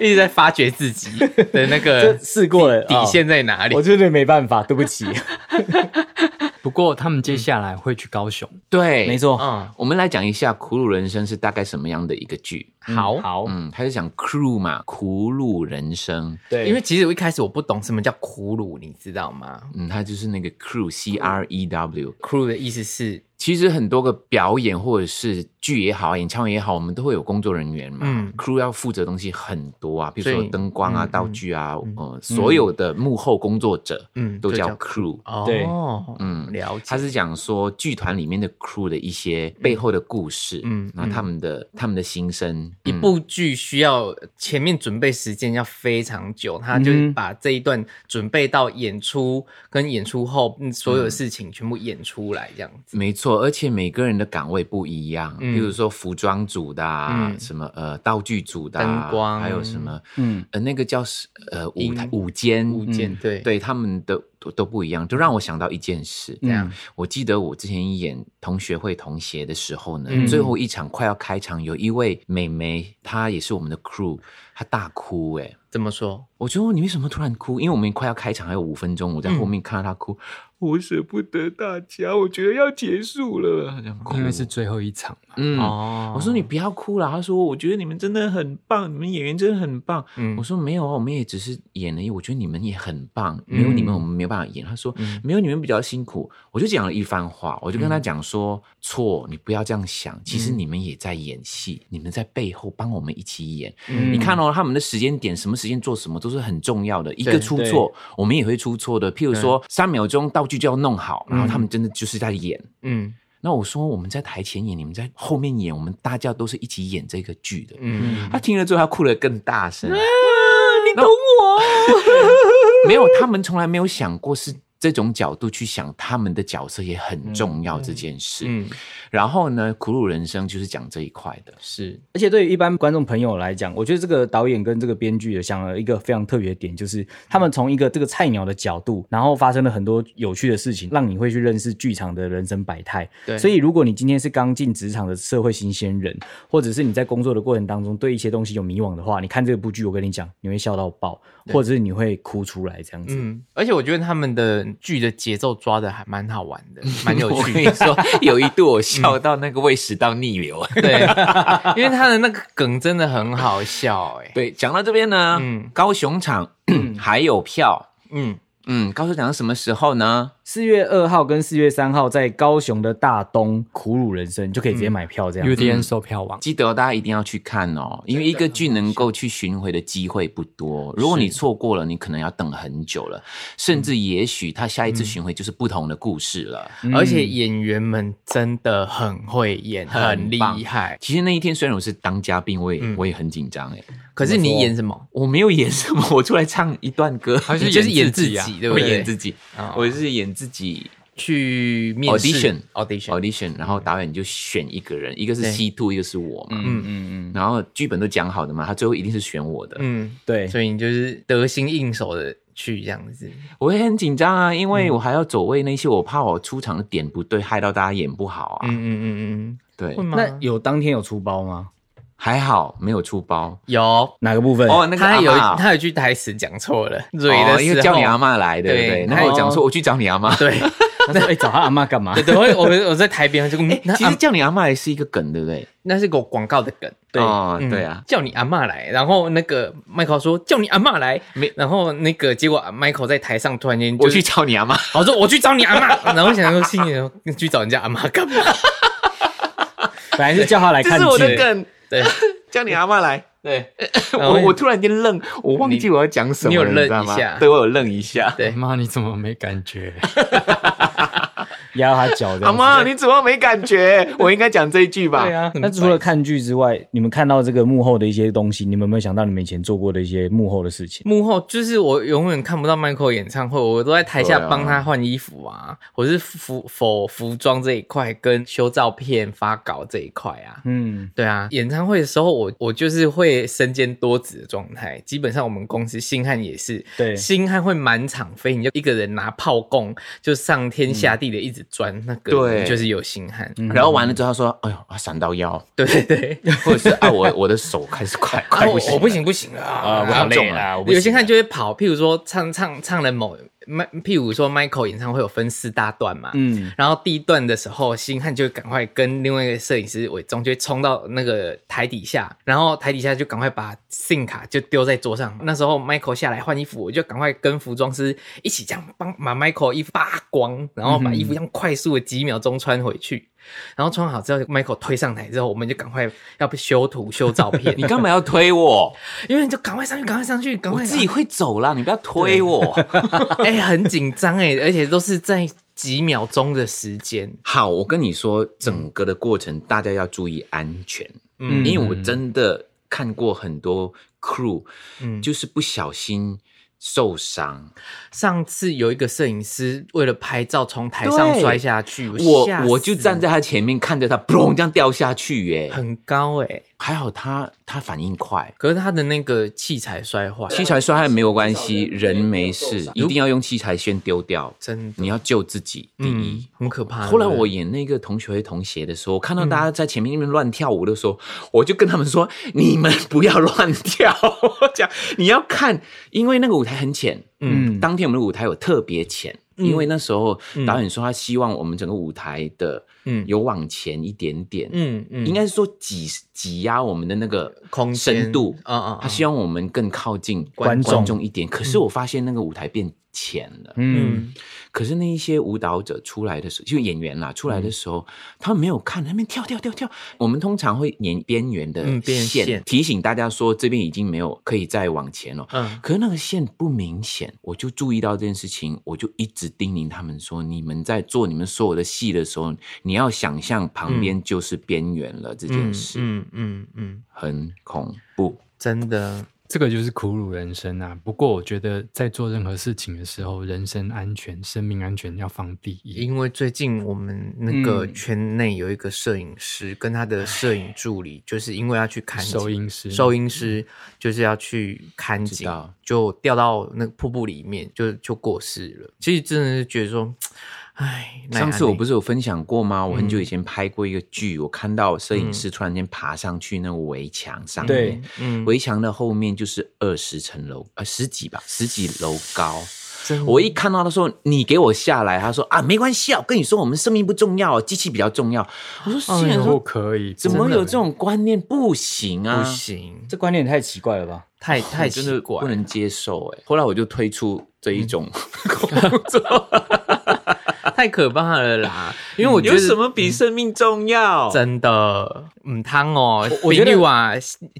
A: 一直在发掘自己的那个
C: 这试过了哦
A: 底底线在哪里
C: 我。真的没办法，对不起。
D: 不过他们接下来会去高雄，
B: 对，
C: 没。错，
A: 嗯，
B: 我们来讲一下《苦鲁人生》是大概什么样的一个剧？
A: 好，
C: 好，
B: 嗯，它是讲 crew 嘛，苦鲁人生，
C: 对，
A: 因为其实我一开始我不懂什么叫苦鲁，你知道吗
B: 嗯，它就是那个 crew C R E W。
A: ？crew 的意思是，
B: 其实很多个表演或者是剧也好，演唱会也好，我们都会有工作人员嘛。
A: 嗯
B: crew 要负责的东西很多啊，比如
A: 所
B: 说
A: 以
B: 灯光啊、
A: 嗯
B: 道具啊，呃，所有的幕后工作者
A: 嗯，
B: 都
A: 就
B: 叫 crew。
A: 哦，
C: 对
B: 嗯
A: 了解。
B: 他是讲说剧团里面的 crew 的一些背后的故事，嗯
A: 嗯，
B: 然后他们的他们的心声，
A: 一
B: 嗯
A: 部剧需要前面准备时间要非常久，他
B: 嗯
A: 就是把这一段准备到演出跟演出后，嗯所有事情全部演出来这样子。
B: 没错，而且每个人的岗位不一样，
A: 嗯
B: 比如说服装组的、啊，
A: 嗯
B: 什么呃道具组的、啊，
A: 灯光
B: 还有什么
C: 嗯，
B: 呃那个叫是呃舞台
A: 音
B: 舞间嗯
A: 物件对，
B: 对他们的都都不一样，就让我想到一件事。
C: 嗯
B: 这样，我记得我之前演同学会同学的时候呢，
A: 嗯
B: 最后一场快要开场，有一位美眉，她也是我们的 crew，她大哭哎、
A: 怎么说？
B: 我就问你为什么突然哭？因为我们快要开场，还有五分钟，我在
A: 嗯
B: 后面看到她哭，我舍不得大家，我觉得要结束了，她这样哭
D: 因为是最后一场嘛。
B: 嗯。
A: 哦
B: 我说你不要哭了，她说我觉得你们真的很棒，你们演员真的很棒。
A: 嗯
B: 我说没有啊，我们也只是演而已。我觉得你们也很棒，没有你们我们没有办法演。他说、没有你们比较辛苦，我就讲了一番话，我就跟他讲说、错，你不要这样想，其实你们也在演戏，你们在背后帮我们一起演。
A: 嗯
B: 你看哦，他们的时间点，什么时间做什么都是很重要的。一个出错，我们也会出错的。譬如说三秒钟道具就要弄好，然后他们真的就是在演。
A: 嗯
B: 那我说我们在台前演，你们在后面演，我们大家都是一起演这个剧的。
A: 嗯，啊
B: 他听了之后，他哭得更大声。你懂我？ 没有，他们从来没有想过是这种角度去想他们的角色也很重要这件事。
A: 嗯
B: 然后呢，苦鲁人生就是讲这一块的。
A: 是
C: 而且对于一般观众朋友来讲，我觉得这个导演跟这个编剧想了一个非常特别的点，就是他们从一个这个菜鸟的角度，然后发生了很多有趣的事情，让你会去认识剧场的人生百态。
A: 对
C: 所以如果你今天是刚进职场的社会新鲜人，或者是你在工作的过程当中对一些东西有迷惘的话，你看这部剧，我跟你讲，你会笑到爆，或者是你会哭出来这样子。
A: 嗯，而且我觉得他们的剧的节奏抓的还蛮好 玩的，蛮有
B: 我
A: 趣
B: 跟
A: 的
B: 你。说，有一度我
D: 嗯
B: 笑到那个胃食道逆流。 啊
A: 对，因为他的那个梗真的很好笑、欸，哎，
B: 对，讲到这边呢，
A: 嗯
B: 高 雄场还有票。
A: 嗯，
B: 嗯，高雄场是什么时候呢？
C: 四月二号跟四月三号在高雄的大东苦鲁人生，你就可以
B: 嗯
C: 直接买票这样子。
D: UDN 售票网，
B: 记得哦大家一定要去看哦，因为一个剧能够去巡回的机会不多。如果你错过了，你可能要等很久了，甚至也许他下一次巡回就是不同的故事了。
A: 而且演员们真的很会演，
B: 很
A: 很厉
B: 棒
A: 害。
B: 其实那一天虽然我是当嘉宾，我也、
A: 嗯
B: 我也很紧张哎，
A: 可是你演什么？
B: 我没有演什么，我出来唱一段歌，
D: 还
A: 你
D: 是
A: 就是演
D: 自
A: 自
D: 啊
A: 己，对不
B: 我
A: 对？
B: 演自己，
A: 哦
B: 我是演自己
A: 去面试
B: Audition
A: audition，
B: audition，然后导演就选一个人，一个是
A: 对
B: C two，一个是我嘛，
C: 嗯嗯嗯，
B: 然后剧本都讲好的嘛，他最后一定是选我的，
A: 嗯，
C: 对，
A: 所以你就是得心应手的去这样子，
B: 我也很紧张啊，因为我还要走位那些，我怕我出场的点不对，害到大家演不好啊。
A: 嗯嗯嗯
B: 对
A: 嗯，会，吗？
C: 那有当天有出包吗？
B: 还好没有出包。
A: 有。
C: 哪个部分？
B: 哦，那个
A: 他有
B: 阿嬷
A: 他有句台词讲错了，蕊
B: 哦
A: 的
B: 因
A: 时
B: 为
A: 候
B: 叫你阿妈来，对不
A: 对
B: 对？
A: 他
B: 然后我讲说我去找你阿妈。
A: 对
C: 他说：“哎、找他阿妈干 嘛
A: 对对，我我我在台边就
B: 哎
A: 嗯，那
B: 其实
A: 阿
B: 叫你阿妈也是一个梗，对不对？
A: 那是个广告的梗，
B: 哦，
A: 嗯
B: 对啊，
A: 叫你阿嬷来，然后那个 Michael 说叫你阿嬷来
B: 没，
A: 然后那个结果 Michael 在台上突然间就
B: 我
A: 是
B: 去找你阿妈。
A: 我说我去找你阿嬷， 然后想说心里想说你去找人家阿嬷干 嘛？？”
C: 本来是叫他来
B: 这
C: 看
B: 是我的
C: 剧，
B: 梗，
A: 对
B: 叫你阿妈来。
A: 对，然后
B: 我我突然间愣，我忘记我要讲什么
A: 你有
B: 了，
A: 愣
B: 知道
A: 一
B: 吗
A: 下
D: 哎
B: 对我有愣一下。
A: 对
D: 妈，你怎么没感觉？
C: 压到他脚的。
B: 阿妈，你怎么没感 觉？我应该讲这一句吧？
A: 对啊，
C: 那除了看剧之外，你们看到这个幕后的一些东西，你们有没有想到你们以前做过的一些幕后的事情？
A: 幕后就是我永远看不到 Michael 演唱会，我都在台下
B: 对啊
A: 帮他换衣服啊，我是服否服装这一块跟修照片发稿这一块啊。
C: 嗯，
A: 对啊，演唱会的时候我我就是会身兼多职的状态，基本上我们公司星汉也是，
C: 对
A: 星汉会满场飞，你就一个人拿炮供就上天下地的一直钻，那个
B: 对嗯
A: 人就是有星汉，
C: 嗯
B: 然后完了之后他说：“哎呦，啊闪到腰，
A: 对对对。
B: 或者是啊，我我的手开始快
A: 啊
B: 快不
A: 我
B: 行，
A: 我不行不行了啊
B: 啊我好累啊
A: 有些看就会跑，譬如说唱唱唱了某麦，譬如说 Michael 演唱会有分四大段嘛，
C: 嗯
A: 嗯，然后第一段的时候，星汉就赶快跟另外一个摄影师伟忠就会冲到那个台底下，然后台底下就赶快把 SIM 卡就丢在桌上。那时候 Michael 下来换衣服，我就赶快跟服装师一起这样帮把 Michael 衣服扒光，然后把衣服这样快速的几秒钟穿回去。然后穿好之后，Michael 推上台之后，我们就赶快要不修图、修照片。
B: 你干嘛要推 我？
A: 因为你就赶快上去，赶快上去，赶
B: 我
A: 快
B: 自己会走啦，你不要推我。
A: 哎、很紧张哎，而且都是在几秒钟的时间。
B: 好，我跟你说，整个的过程大家要注意安全，
A: 嗯
B: 因为我真的看过很多 crew，
A: 嗯
B: 就是不小心受伤。
A: 上次有一个摄影师为了拍照从台上
B: 对
A: 摔下去，
B: 我
A: 吓死
B: 我就站在他前面看着他砰这样掉下去耶、
A: 很高哎，
B: 还好他他反应快，
A: 可是他的那个器材摔坏，
B: 器材摔坏没有关系，人没事，一定要用器材先丢掉，
A: 真的
B: 你要救自己第一。
A: 嗯很可怕。
B: 后来我
A: 对
B: 演那个同学会同学的时候，我看到大家在前面那边乱跳舞的时候，我就跟他们说：“你们不要乱跳。” 我讲你要看，因为那个舞台很浅。嗯，当天我们的舞台有特别浅，
A: 嗯
B: 因为那时候导演说他希望我们整个舞台的
A: 嗯
B: 有往前一点点，
A: 不对嗯嗯，
B: 应该是说挤挤压我们的那个
A: 空间
B: 深度
A: 啊啊啊
B: 他希望我们更靠近
C: 观众
B: 观众一点。可是我发现那个舞台变浅了，
C: 嗯，
A: 嗯
B: 可是那一些舞蹈者出来的时候，就演员啦，出来的时候，他们没有看那边跳跳跳跳。我们通常会演边缘的
A: 嗯边缘
B: 线，
A: 线
B: 提醒大家说这边已经没有可以再往前了。
A: 嗯
B: 可是那个线不明显，我就注意到这件事情，我就一直叮咛他们说：你们在做你们所有的戏的时候，你要想象旁边就是边缘了。这件
A: 嗯
B: 事、
A: 嗯嗯嗯，
B: 很恐怖。
A: 真的
D: 这个就是苦鲁人生啊。不过我觉得在做任何事情的时候，人身安全、生命安全要放第一。
A: 因为最近我们那个
C: 嗯
A: 圈内有一个摄影师跟他的摄影助理，就是因为要去看景
D: 收音师，
A: 收音师就是要去看
B: 知
A: 景
B: 道，
A: 就掉到那个瀑布里面，就就过世了。其实真的是觉得说，唉，
B: 上次我不
A: 是
B: 是有分享过吗？我很久以前拍过一个剧，我看到摄影师突然间爬上去那个围墙上面，
A: 嗯
B: 围墙的后面就是二十层楼，呃，十几吧，十几楼高。
A: 真的
B: 我一看到他说你给我下来，他说啊没关系啊，我跟你说我们生命不重要，机器比较重要。哦我说
A: 哎
B: 现在
A: 呦
D: 不
B: 说
D: 可以，
B: 怎
D: 不
B: 么
D: 能
B: 有这？种观念？不行啊，
A: 不行，
C: 这观念也太奇怪了吧？
A: 太
B: 我
A: 太
B: 真的
A: 奇
B: 不
A: 怪了。
B: 能接受哎、嗯后来我就退出这一种 工作，
A: 太可怕了啦！因为我觉
B: 嗯有
A: 得
B: 什么比生命重要？
A: 真的嗯汤哦，
C: 我觉得
A: 冰玉啊，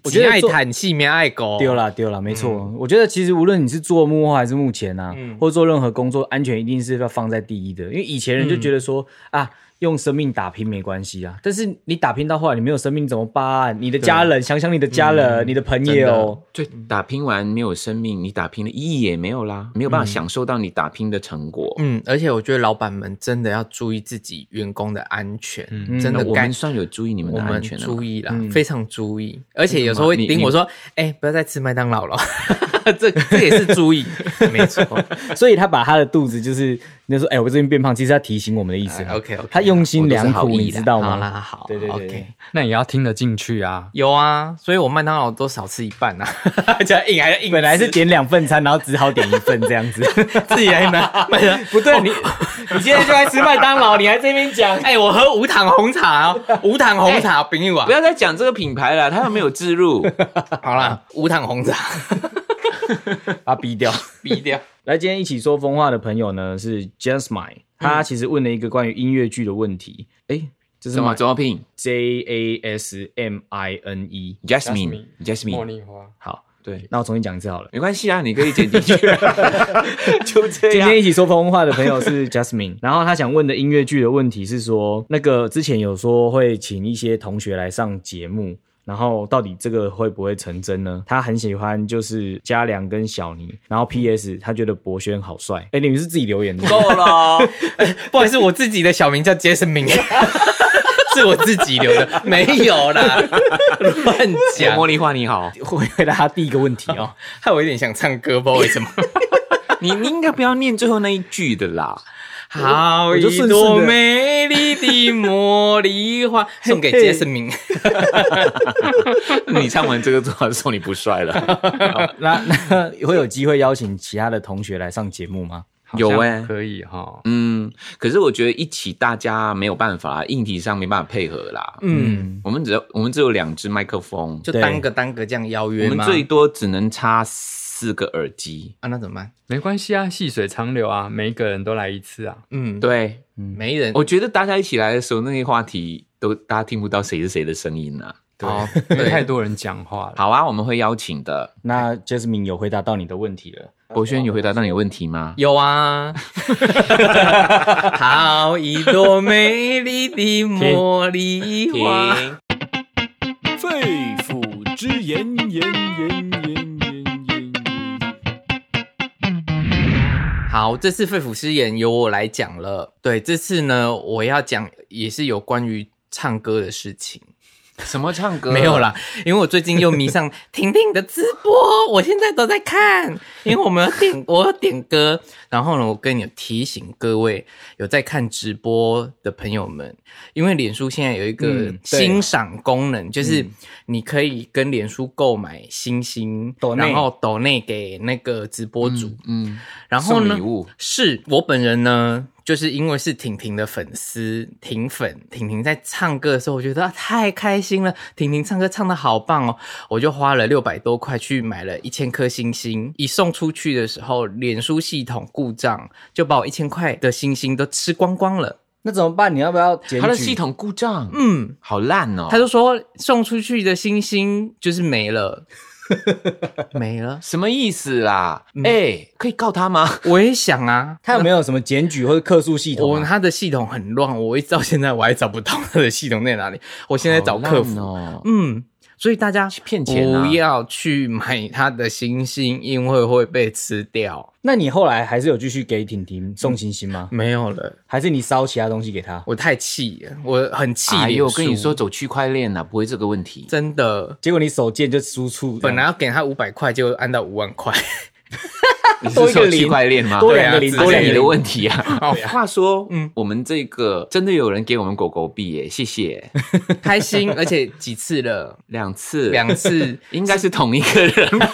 C: 我觉得
A: 只爱
C: 做
A: 谈戏没爱狗，
C: 丢啦丢啦，没错。我觉得其实无论你是做幕后还是幕前啊，或者做任何工作，安全一定是要放在第一的。因为以前人就觉得说、啊，用生命打拼没关系啊，但是你打拼到后来，你没有生命怎么办？你的家人，想想你的家人，嗯你的朋友，
B: 对，打拼完没有生命，你打拼的意义也没有啦，没有办法享受到你打拼的成果。
A: 嗯，而且我觉得老板们真的要注意自己员工的安全，真
B: 那
A: 的
B: 我
A: 该
B: 们算有注意你们
A: 我
B: 的
A: 们
B: 安全啊了
A: 注
B: 吗。
A: 意啦，非常注意，而且有时候会
B: 你
A: 盯
B: 你
A: 我说：“哎、不要再吃麦当劳了。”这这也是注意，哎没错。
C: 所以他把他的肚子就是那时候，哎、我最近变胖，其实他提醒我们的意思啊、
A: 哎，OK，OK，
C: 他用心良
B: 我
C: 苦，
B: 都是好意
C: 你
B: 啦
C: 知
A: 好
C: 道吗？
A: 啦， 好，
C: 对对对
A: o
C: 对
A: k
D: 那也要听得进去啊。
A: 有啊，所以我麦当劳都少吃一半啊， 这样硬还要硬吃，
C: 本来是点两份餐，然后只好点一份这样子。
A: 自己来买，哦买的
C: 不对，你你今天就在吃麦当劳，你还这 边讲，
A: 哎、我喝无糖红茶哦，无糖红茶冰一碗
B: 不，要再讲这个品牌了，它又没有置 入。
A: 好啦，无糖红茶，
C: 把他逼掉。
A: 逼掉。
C: 来，今天一起说疯话的朋友呢是 Jasmine，他其实问了一个关于音乐剧的问题。哎、这是
B: 什么？
C: 吗
B: 怎么拼
C: J A S M I N E。
B: ？Jasmine，Jasmine，
D: 丽花，
B: 好，对，
C: 那我重新讲一次好了。
B: 没关系啊，你可以剪进去， 就这
C: 今
B: 样。
C: 天一起说风文化的朋友是 Jasmine，然 后他想问的音乐剧的问题是说，那个之前有说会请一些同学来上节目，然后到底这个会不会成真呢？他很喜欢就是嘉良跟小尼，然后 PS 他觉得博轩好帅。哎、你们是自己留言 的吗？
B: 够 了哦，
A: 哎不好意思，我自己的小名叫 Jason 明， 是我自己留的，没有啦，乱讲
B: 茉。莉花你好，
C: 回回答他第一个问题哦。
A: 害我有点想唱歌，不知道为什么。
B: 你你应该不要念最后那一句的啦。
A: 好
C: 我就
A: 一
C: 顺势
A: 朵
C: 地
A: 美丽的茉莉花，送给杰森明。
B: 你唱完这个之后，送你不帅了。
C: 那那会有机会邀请其他的同学来上节目吗？
D: 好
B: 有
D: 像
B: 欸
D: 可以哈。
B: 嗯，可是我觉得一起大家没有办法，硬体上没办法配合啦。
A: 嗯，
B: 我们只有我们只有两只麦克风，
A: 就
C: 对
A: 单个单个这样邀约
B: 我
A: 吗
B: 们？最多只能插四个耳机。
A: 啊，那怎么办？
D: 没关系啊，细水长流啊，每一个人都来一次啊。
A: 嗯，，
B: 对，
A: 没人。
B: 我觉得大家一起来的时候，那些话题都大家听不到谁是谁的声音啊。
A: 好，
D: 因为太
A: 对，
D: 多人讲话了。
B: 好啊，我们会邀请的。
C: 那 Jasmine 有回答到你的问题了。
B: 博轩有回答到你的问题吗？
A: 有啊。好一朵美丽的茉莉花。
E: 肺腑之言，言言言言言言。
A: 好，这次肺腑之言由我来讲了。对，这次呢，我要讲也是有关于唱歌的事情。
B: 什么唱歌？
A: 没有啦，因为我最近又迷上婷婷的直播，我现在都在看，因为我们有点 我有点歌。然后呢，我跟你提醒各位有在看直播的朋友们，因为脸书现在有一个
C: 嗯对
A: 欣赏功能，就是你可以跟脸书购买星星，
C: 抖内
A: 然后抖内给那个直播主。
B: 嗯，
A: 然后
B: 送
A: 呢
B: 礼物，
A: 是我本人呢，就是因为是婷婷的粉丝，婷粉，婷婷在唱歌的时候，我觉得、啊太开心了，婷婷唱歌唱的好棒哦，我就花了六百多块去买了一千颗星星，一送出去的时候，脸书系统故障，就把我一千块的星星都吃光光了。
C: 那怎么办？你要不要检举？
B: 他的系统故障，
A: 嗯，
B: 好烂哦。
A: 他就说送出去的星星就是没了， 没了。
B: 什么意思啦？
A: 嗯
B: 哎，可以告他吗？
A: 我也想啊，
C: 他有没有什么检举或者客诉系统
A: 我
C: 啊、
A: 他的系统很乱，我一直到现在我还找不到他的系统在哪里。 我 现在找客服，
B: 好烂哦。
A: 嗯，所以大家
B: 骗钱啊
A: 不要去买他的星星，因为会被吃掉。
C: 那你后来还是有继续给婷婷送星星吗？
A: 没有了，
C: 还是你烧其他东西给她？
A: 我太气了，我很气。
B: 哎呦，跟你说，，走区块链呐，啊不会这个问题。
A: 真的，
C: 结果你手贱就输出，
A: 本来要给他五百块，就按到五万块。
B: 你
C: 多
B: 是
C: 一个
B: 说
C: 零
B: 区块链吗？
C: 多
A: 对啊
C: 两个零，
A: 自
B: 多
C: 多
A: 己
C: 两
B: 是
C: 个
B: 你的
C: 零。
B: 问题 啊！哦， 话说，
A: 嗯
B: 嗯，我们这个真的有人给我们狗狗币耶，谢谢，
A: 开心，而且几次了，
B: 两次，，
A: 两次
B: 应该是同一个人吧？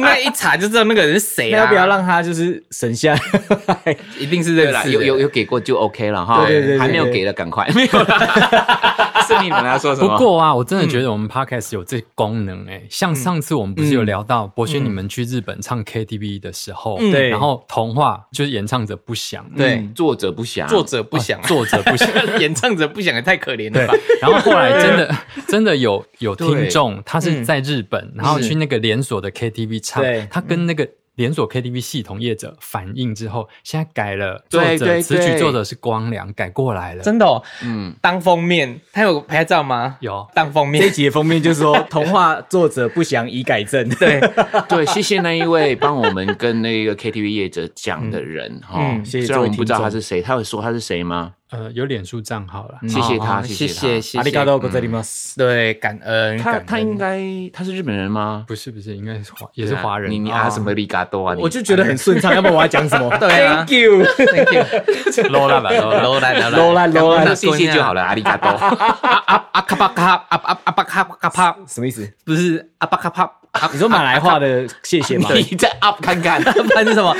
A: 那一查就知道那个人是谁啊了、
C: 那要不要让她就是省下来？
A: 一定是
B: 对
A: 认
B: 啦，
A: 识
B: 有
A: 的
B: 有有给过就 OK 了哈，
C: 对对对对
B: 还没有给的赶快，没有啦。是你们要说什
D: 不
B: 么？
D: 过啊，我真的觉得我们 podcast 有这功能哎、像上次我们不是有聊到博轩你们去日本唱 KTV 的时候，
A: 嗯
C: 对
D: 然后童话就是演唱者不详，
A: 对
B: 嗯作者不详，
A: 作者不想，
D: 作者不详。
A: 演唱者不想也太可怜了吧？
D: 然后后来真的真的有有
B: 对
D: 听众，他是
A: 嗯
D: 在日本，然后去那个连锁的 KTV 唱
C: 对，
D: 他跟那个连锁 KTV 系统业者反映之后，现在改了作
B: 对
D: 者
B: 对
D: 词曲
B: 对
D: 作者是光良，改过来了。
A: 真的、哦，
B: 嗯，
A: 当封面，他有拍照吗？
D: 有
A: 当封
C: 这一
A: 面，
C: 集的封面就说童话作者不详已改正。 对，
B: 对，谢谢那一位帮我们跟那个 KTV 业者讲的人哈
A: 嗯，
C: 谢谢
B: 虽然我们
C: 这位
B: 不知道
C: 听
B: 他
C: 众
B: 是谁，他有说他是谁吗？
D: 呃，有脸书账号了。
B: 谢谢他，
A: 哦
B: 谢
A: 谢
B: 谢
A: 谢
C: 阿里
A: 谢
C: 嘎多ございます。
A: 对，感恩，
B: 他。他
A: 感
B: 他
A: 恩
B: 应该他是日本人吗？
D: 不是不是，应该是华也是华人。
B: 你你啊什么里嘎多啊？你
C: 我就觉得很顺畅，要不然我要讲什么
A: 对啊
C: ？Thank you，
A: Thank you
D: 搂了吧搂了。
A: 楼来楼来
C: 罗啦罗
B: 那
C: 啦，
B: 谢谢就好了，阿里嘎多。
A: 阿卡巴卡阿阿阿巴卡卡帕，
C: 什么意思？
A: 不是阿巴卡帕，阿
C: 你说马来话的谢谢吗？
B: 你再 up 看 看，
A: 潘是什么？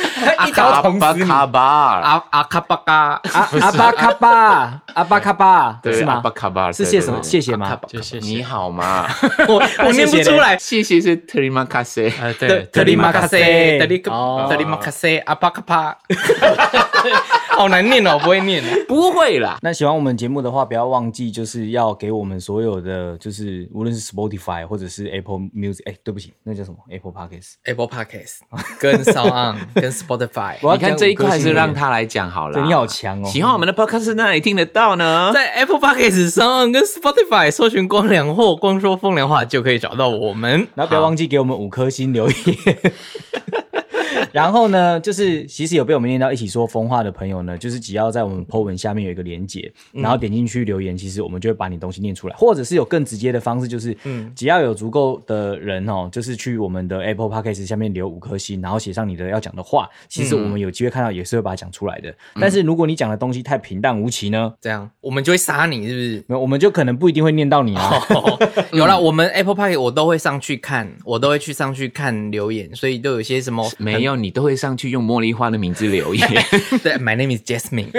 C: 一刀捅
B: 巴
C: 死你！
B: 卡巴，
A: 阿阿卡巴卡，
C: 阿阿巴卡巴，阿巴卡巴，
B: 对
C: 是
B: 阿
C: 吗
B: 巴？卡巴
C: 是谢什么？谢谢吗？
D: 就谢谢
B: 你好 嘛？
A: 我 我念不出来。
B: 谢谢是特里马卡塞，
D: 呃，对，
A: 特
D: 特
A: 里
D: 里
A: 马
D: 马
A: 卡塞，特里特里马卡塞，阿巴卡帕， 好难念哦，我不会念。
B: 不会啦。
C: 那喜欢我们节目的话，不要忘记就是要给我们所有的，就是无论是 Spotify 或者是 Apple Music，哎、对不起，那叫什么 Apple Podcast？
A: Apple Podcast 跟 Sound On 跟 Spotify，
C: 我要
B: 你看
C: 讲
B: 这一
C: 五颗
B: 块还是
C: 星
B: 让
C: 耶
B: 他来讲好了。
C: 对你好强哦
B: 喜欢我们的 podcast 那里听得到呢？
A: 在 Apple Podcast、Sound On 跟 Spotify 搜寻“光良”或“光说风凉话”就可以找到我们。
C: 然后不要忘记给我们五颗星留言。然后呢，就是其实有被我们念到一起说疯话的朋友呢，就是只要在我们 po 文下面有一个连接，然后点进去留言，其实我们就会把你东西念出来，或者是有更直接的方式，就是只要有足够的人哦，就是去我们的 Apple Podcast 下面留五颗星，然后写上你的要讲的话，其实我们有机会看到也是会把它讲出来的。但是如果你讲的东西太平淡无奇呢，
A: 这样我们就会杀你，是不是？
C: 那我们就可能不一定会念到你啊。
A: 哦，有啦，我们 Apple Park 我都会上去看，我都会去上去看留言，所以都有一些什么
B: 没 有，你都会上去用茉莉花的名字留 言。
A: 对，My name is Jasmine，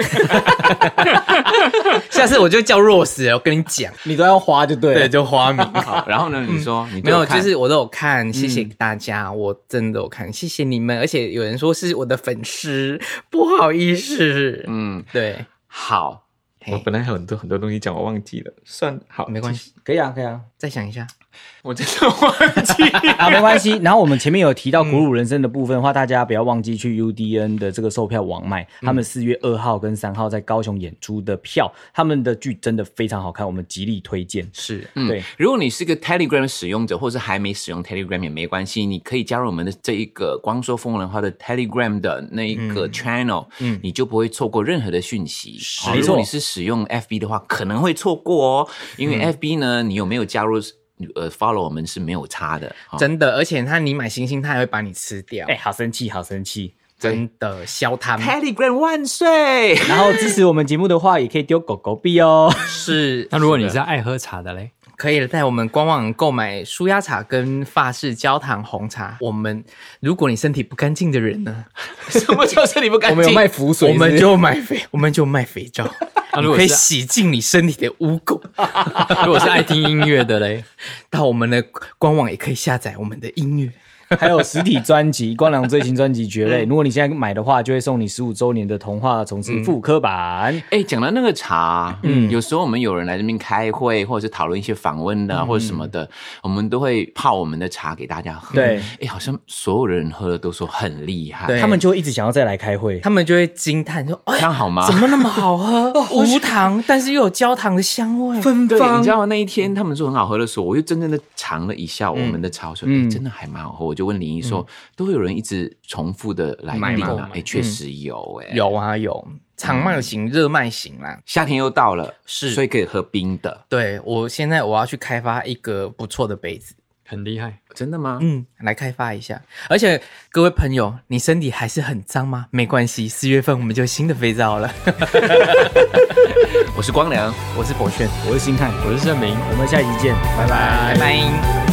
A: 下次我就叫 Rose，我跟你讲，
C: 你都要花就对了
A: 对，。就花 名。
B: 好，然后呢？你说你
A: 没
B: 都
A: 有，
B: 看
A: 就是我都有看，谢谢大家，我真的有看，谢谢你们。而且有人说是我的粉丝，不好意思，
B: 嗯，
A: 对，
B: 好，
A: 我
B: 本来还有很多很多东西讲，我忘记了，算好
A: 没关
B: 系，
A: 系，
C: 可以啊，可以啊。
A: 再想一下。
B: 我真的忘记。
C: 啊，没关系。然后我们前面有提到鼓舞人生的部分的话，大家不要忘记去 UDN 的这个售票网卖，他们四月二号跟三号在高雄演出的票，他们的剧真的非常好看，我们极力推荐。
A: 是，
B: 嗯
C: 对，
B: 如果你是个 Telegram 使用者，或是还没使用 Telegram 也没关系，你可以加入我们的这一个“光说风凉话”的 Telegram 的那一个 channel，、
A: 嗯
B: 你就不会错过任何的讯息。
A: 是
B: 好如果你是使用 FB 的话，可能会错过哦，因
A: 嗯
B: 为 FB 呢，你有没有加入呃 follow 我们是没有差的。哦
A: 真的，而且他你买星星，他还会把你吃掉，
C: 哎、好生气，好生气。
A: 真的消他们
B: Telegram 万岁！
C: 然后支持我们节目的话，也可以丢狗狗币哦。
A: 是
D: 那如果你是爱喝茶的嘞，
A: 可以在我们官网购买舒压茶跟法式焦糖红茶。我们如果你身体不干净的人呢，
B: 什么叫身体不干净？
C: 浮
A: 我们就买肥， 我们就卖肥 皂，
D: 如果
A: 可以
D: 是啊
A: 洗净你身体的污垢。
D: 如果是爱听音乐的嘞，
A: 到我们的官网也可以下载我们的音乐。
C: 还有实体专辑《光良最新专辑《蕨类》，如果你现在买的话，就会送你十五周年的童话重置复刻版。
B: 哎，讲到那个茶，嗯，有时候我们有人来这边开会，或者是讨论一些访问的、或者什么的，我们都会泡我们的茶给大家喝。
C: 对
B: 哎，好像所有人喝了都说很厉害，
A: 对
C: 他们就会一直想要再来开会。
A: 他们就会惊叹 说：“哎呀，
B: 这样好吗
A: 怎？么那么好喝？
D: 哦
A: 无糖，但是又有焦糖的香味。
B: 对，你知道吗？那一天他们说很好喝的时候，我又真正的尝了一下我们的茶，我说哎，真的还蛮好喝。我就问林毅说，都有人一直重复的来
A: 买
B: 订
D: 吗
B: 啊？哎，确实有，哎，。
A: 有啊，有
D: 嗯
A: 长麦型、热麦型啦。
B: 夏天又到了，
A: 是
B: 所以可以喝冰的，
A: 对我现在我要去开发一个不错的杯子，
D: 很厉害。
B: 真的吗？
A: 嗯，来开发一下。而且各位朋友，你身体还是很脏吗？没关系，四月份我们就有新的肥皂了。
B: 我是光良。
A: 我是博轩，
C: 我是星探，
D: 我是盛明。
C: 我们下一集见，拜拜
A: 拜拜。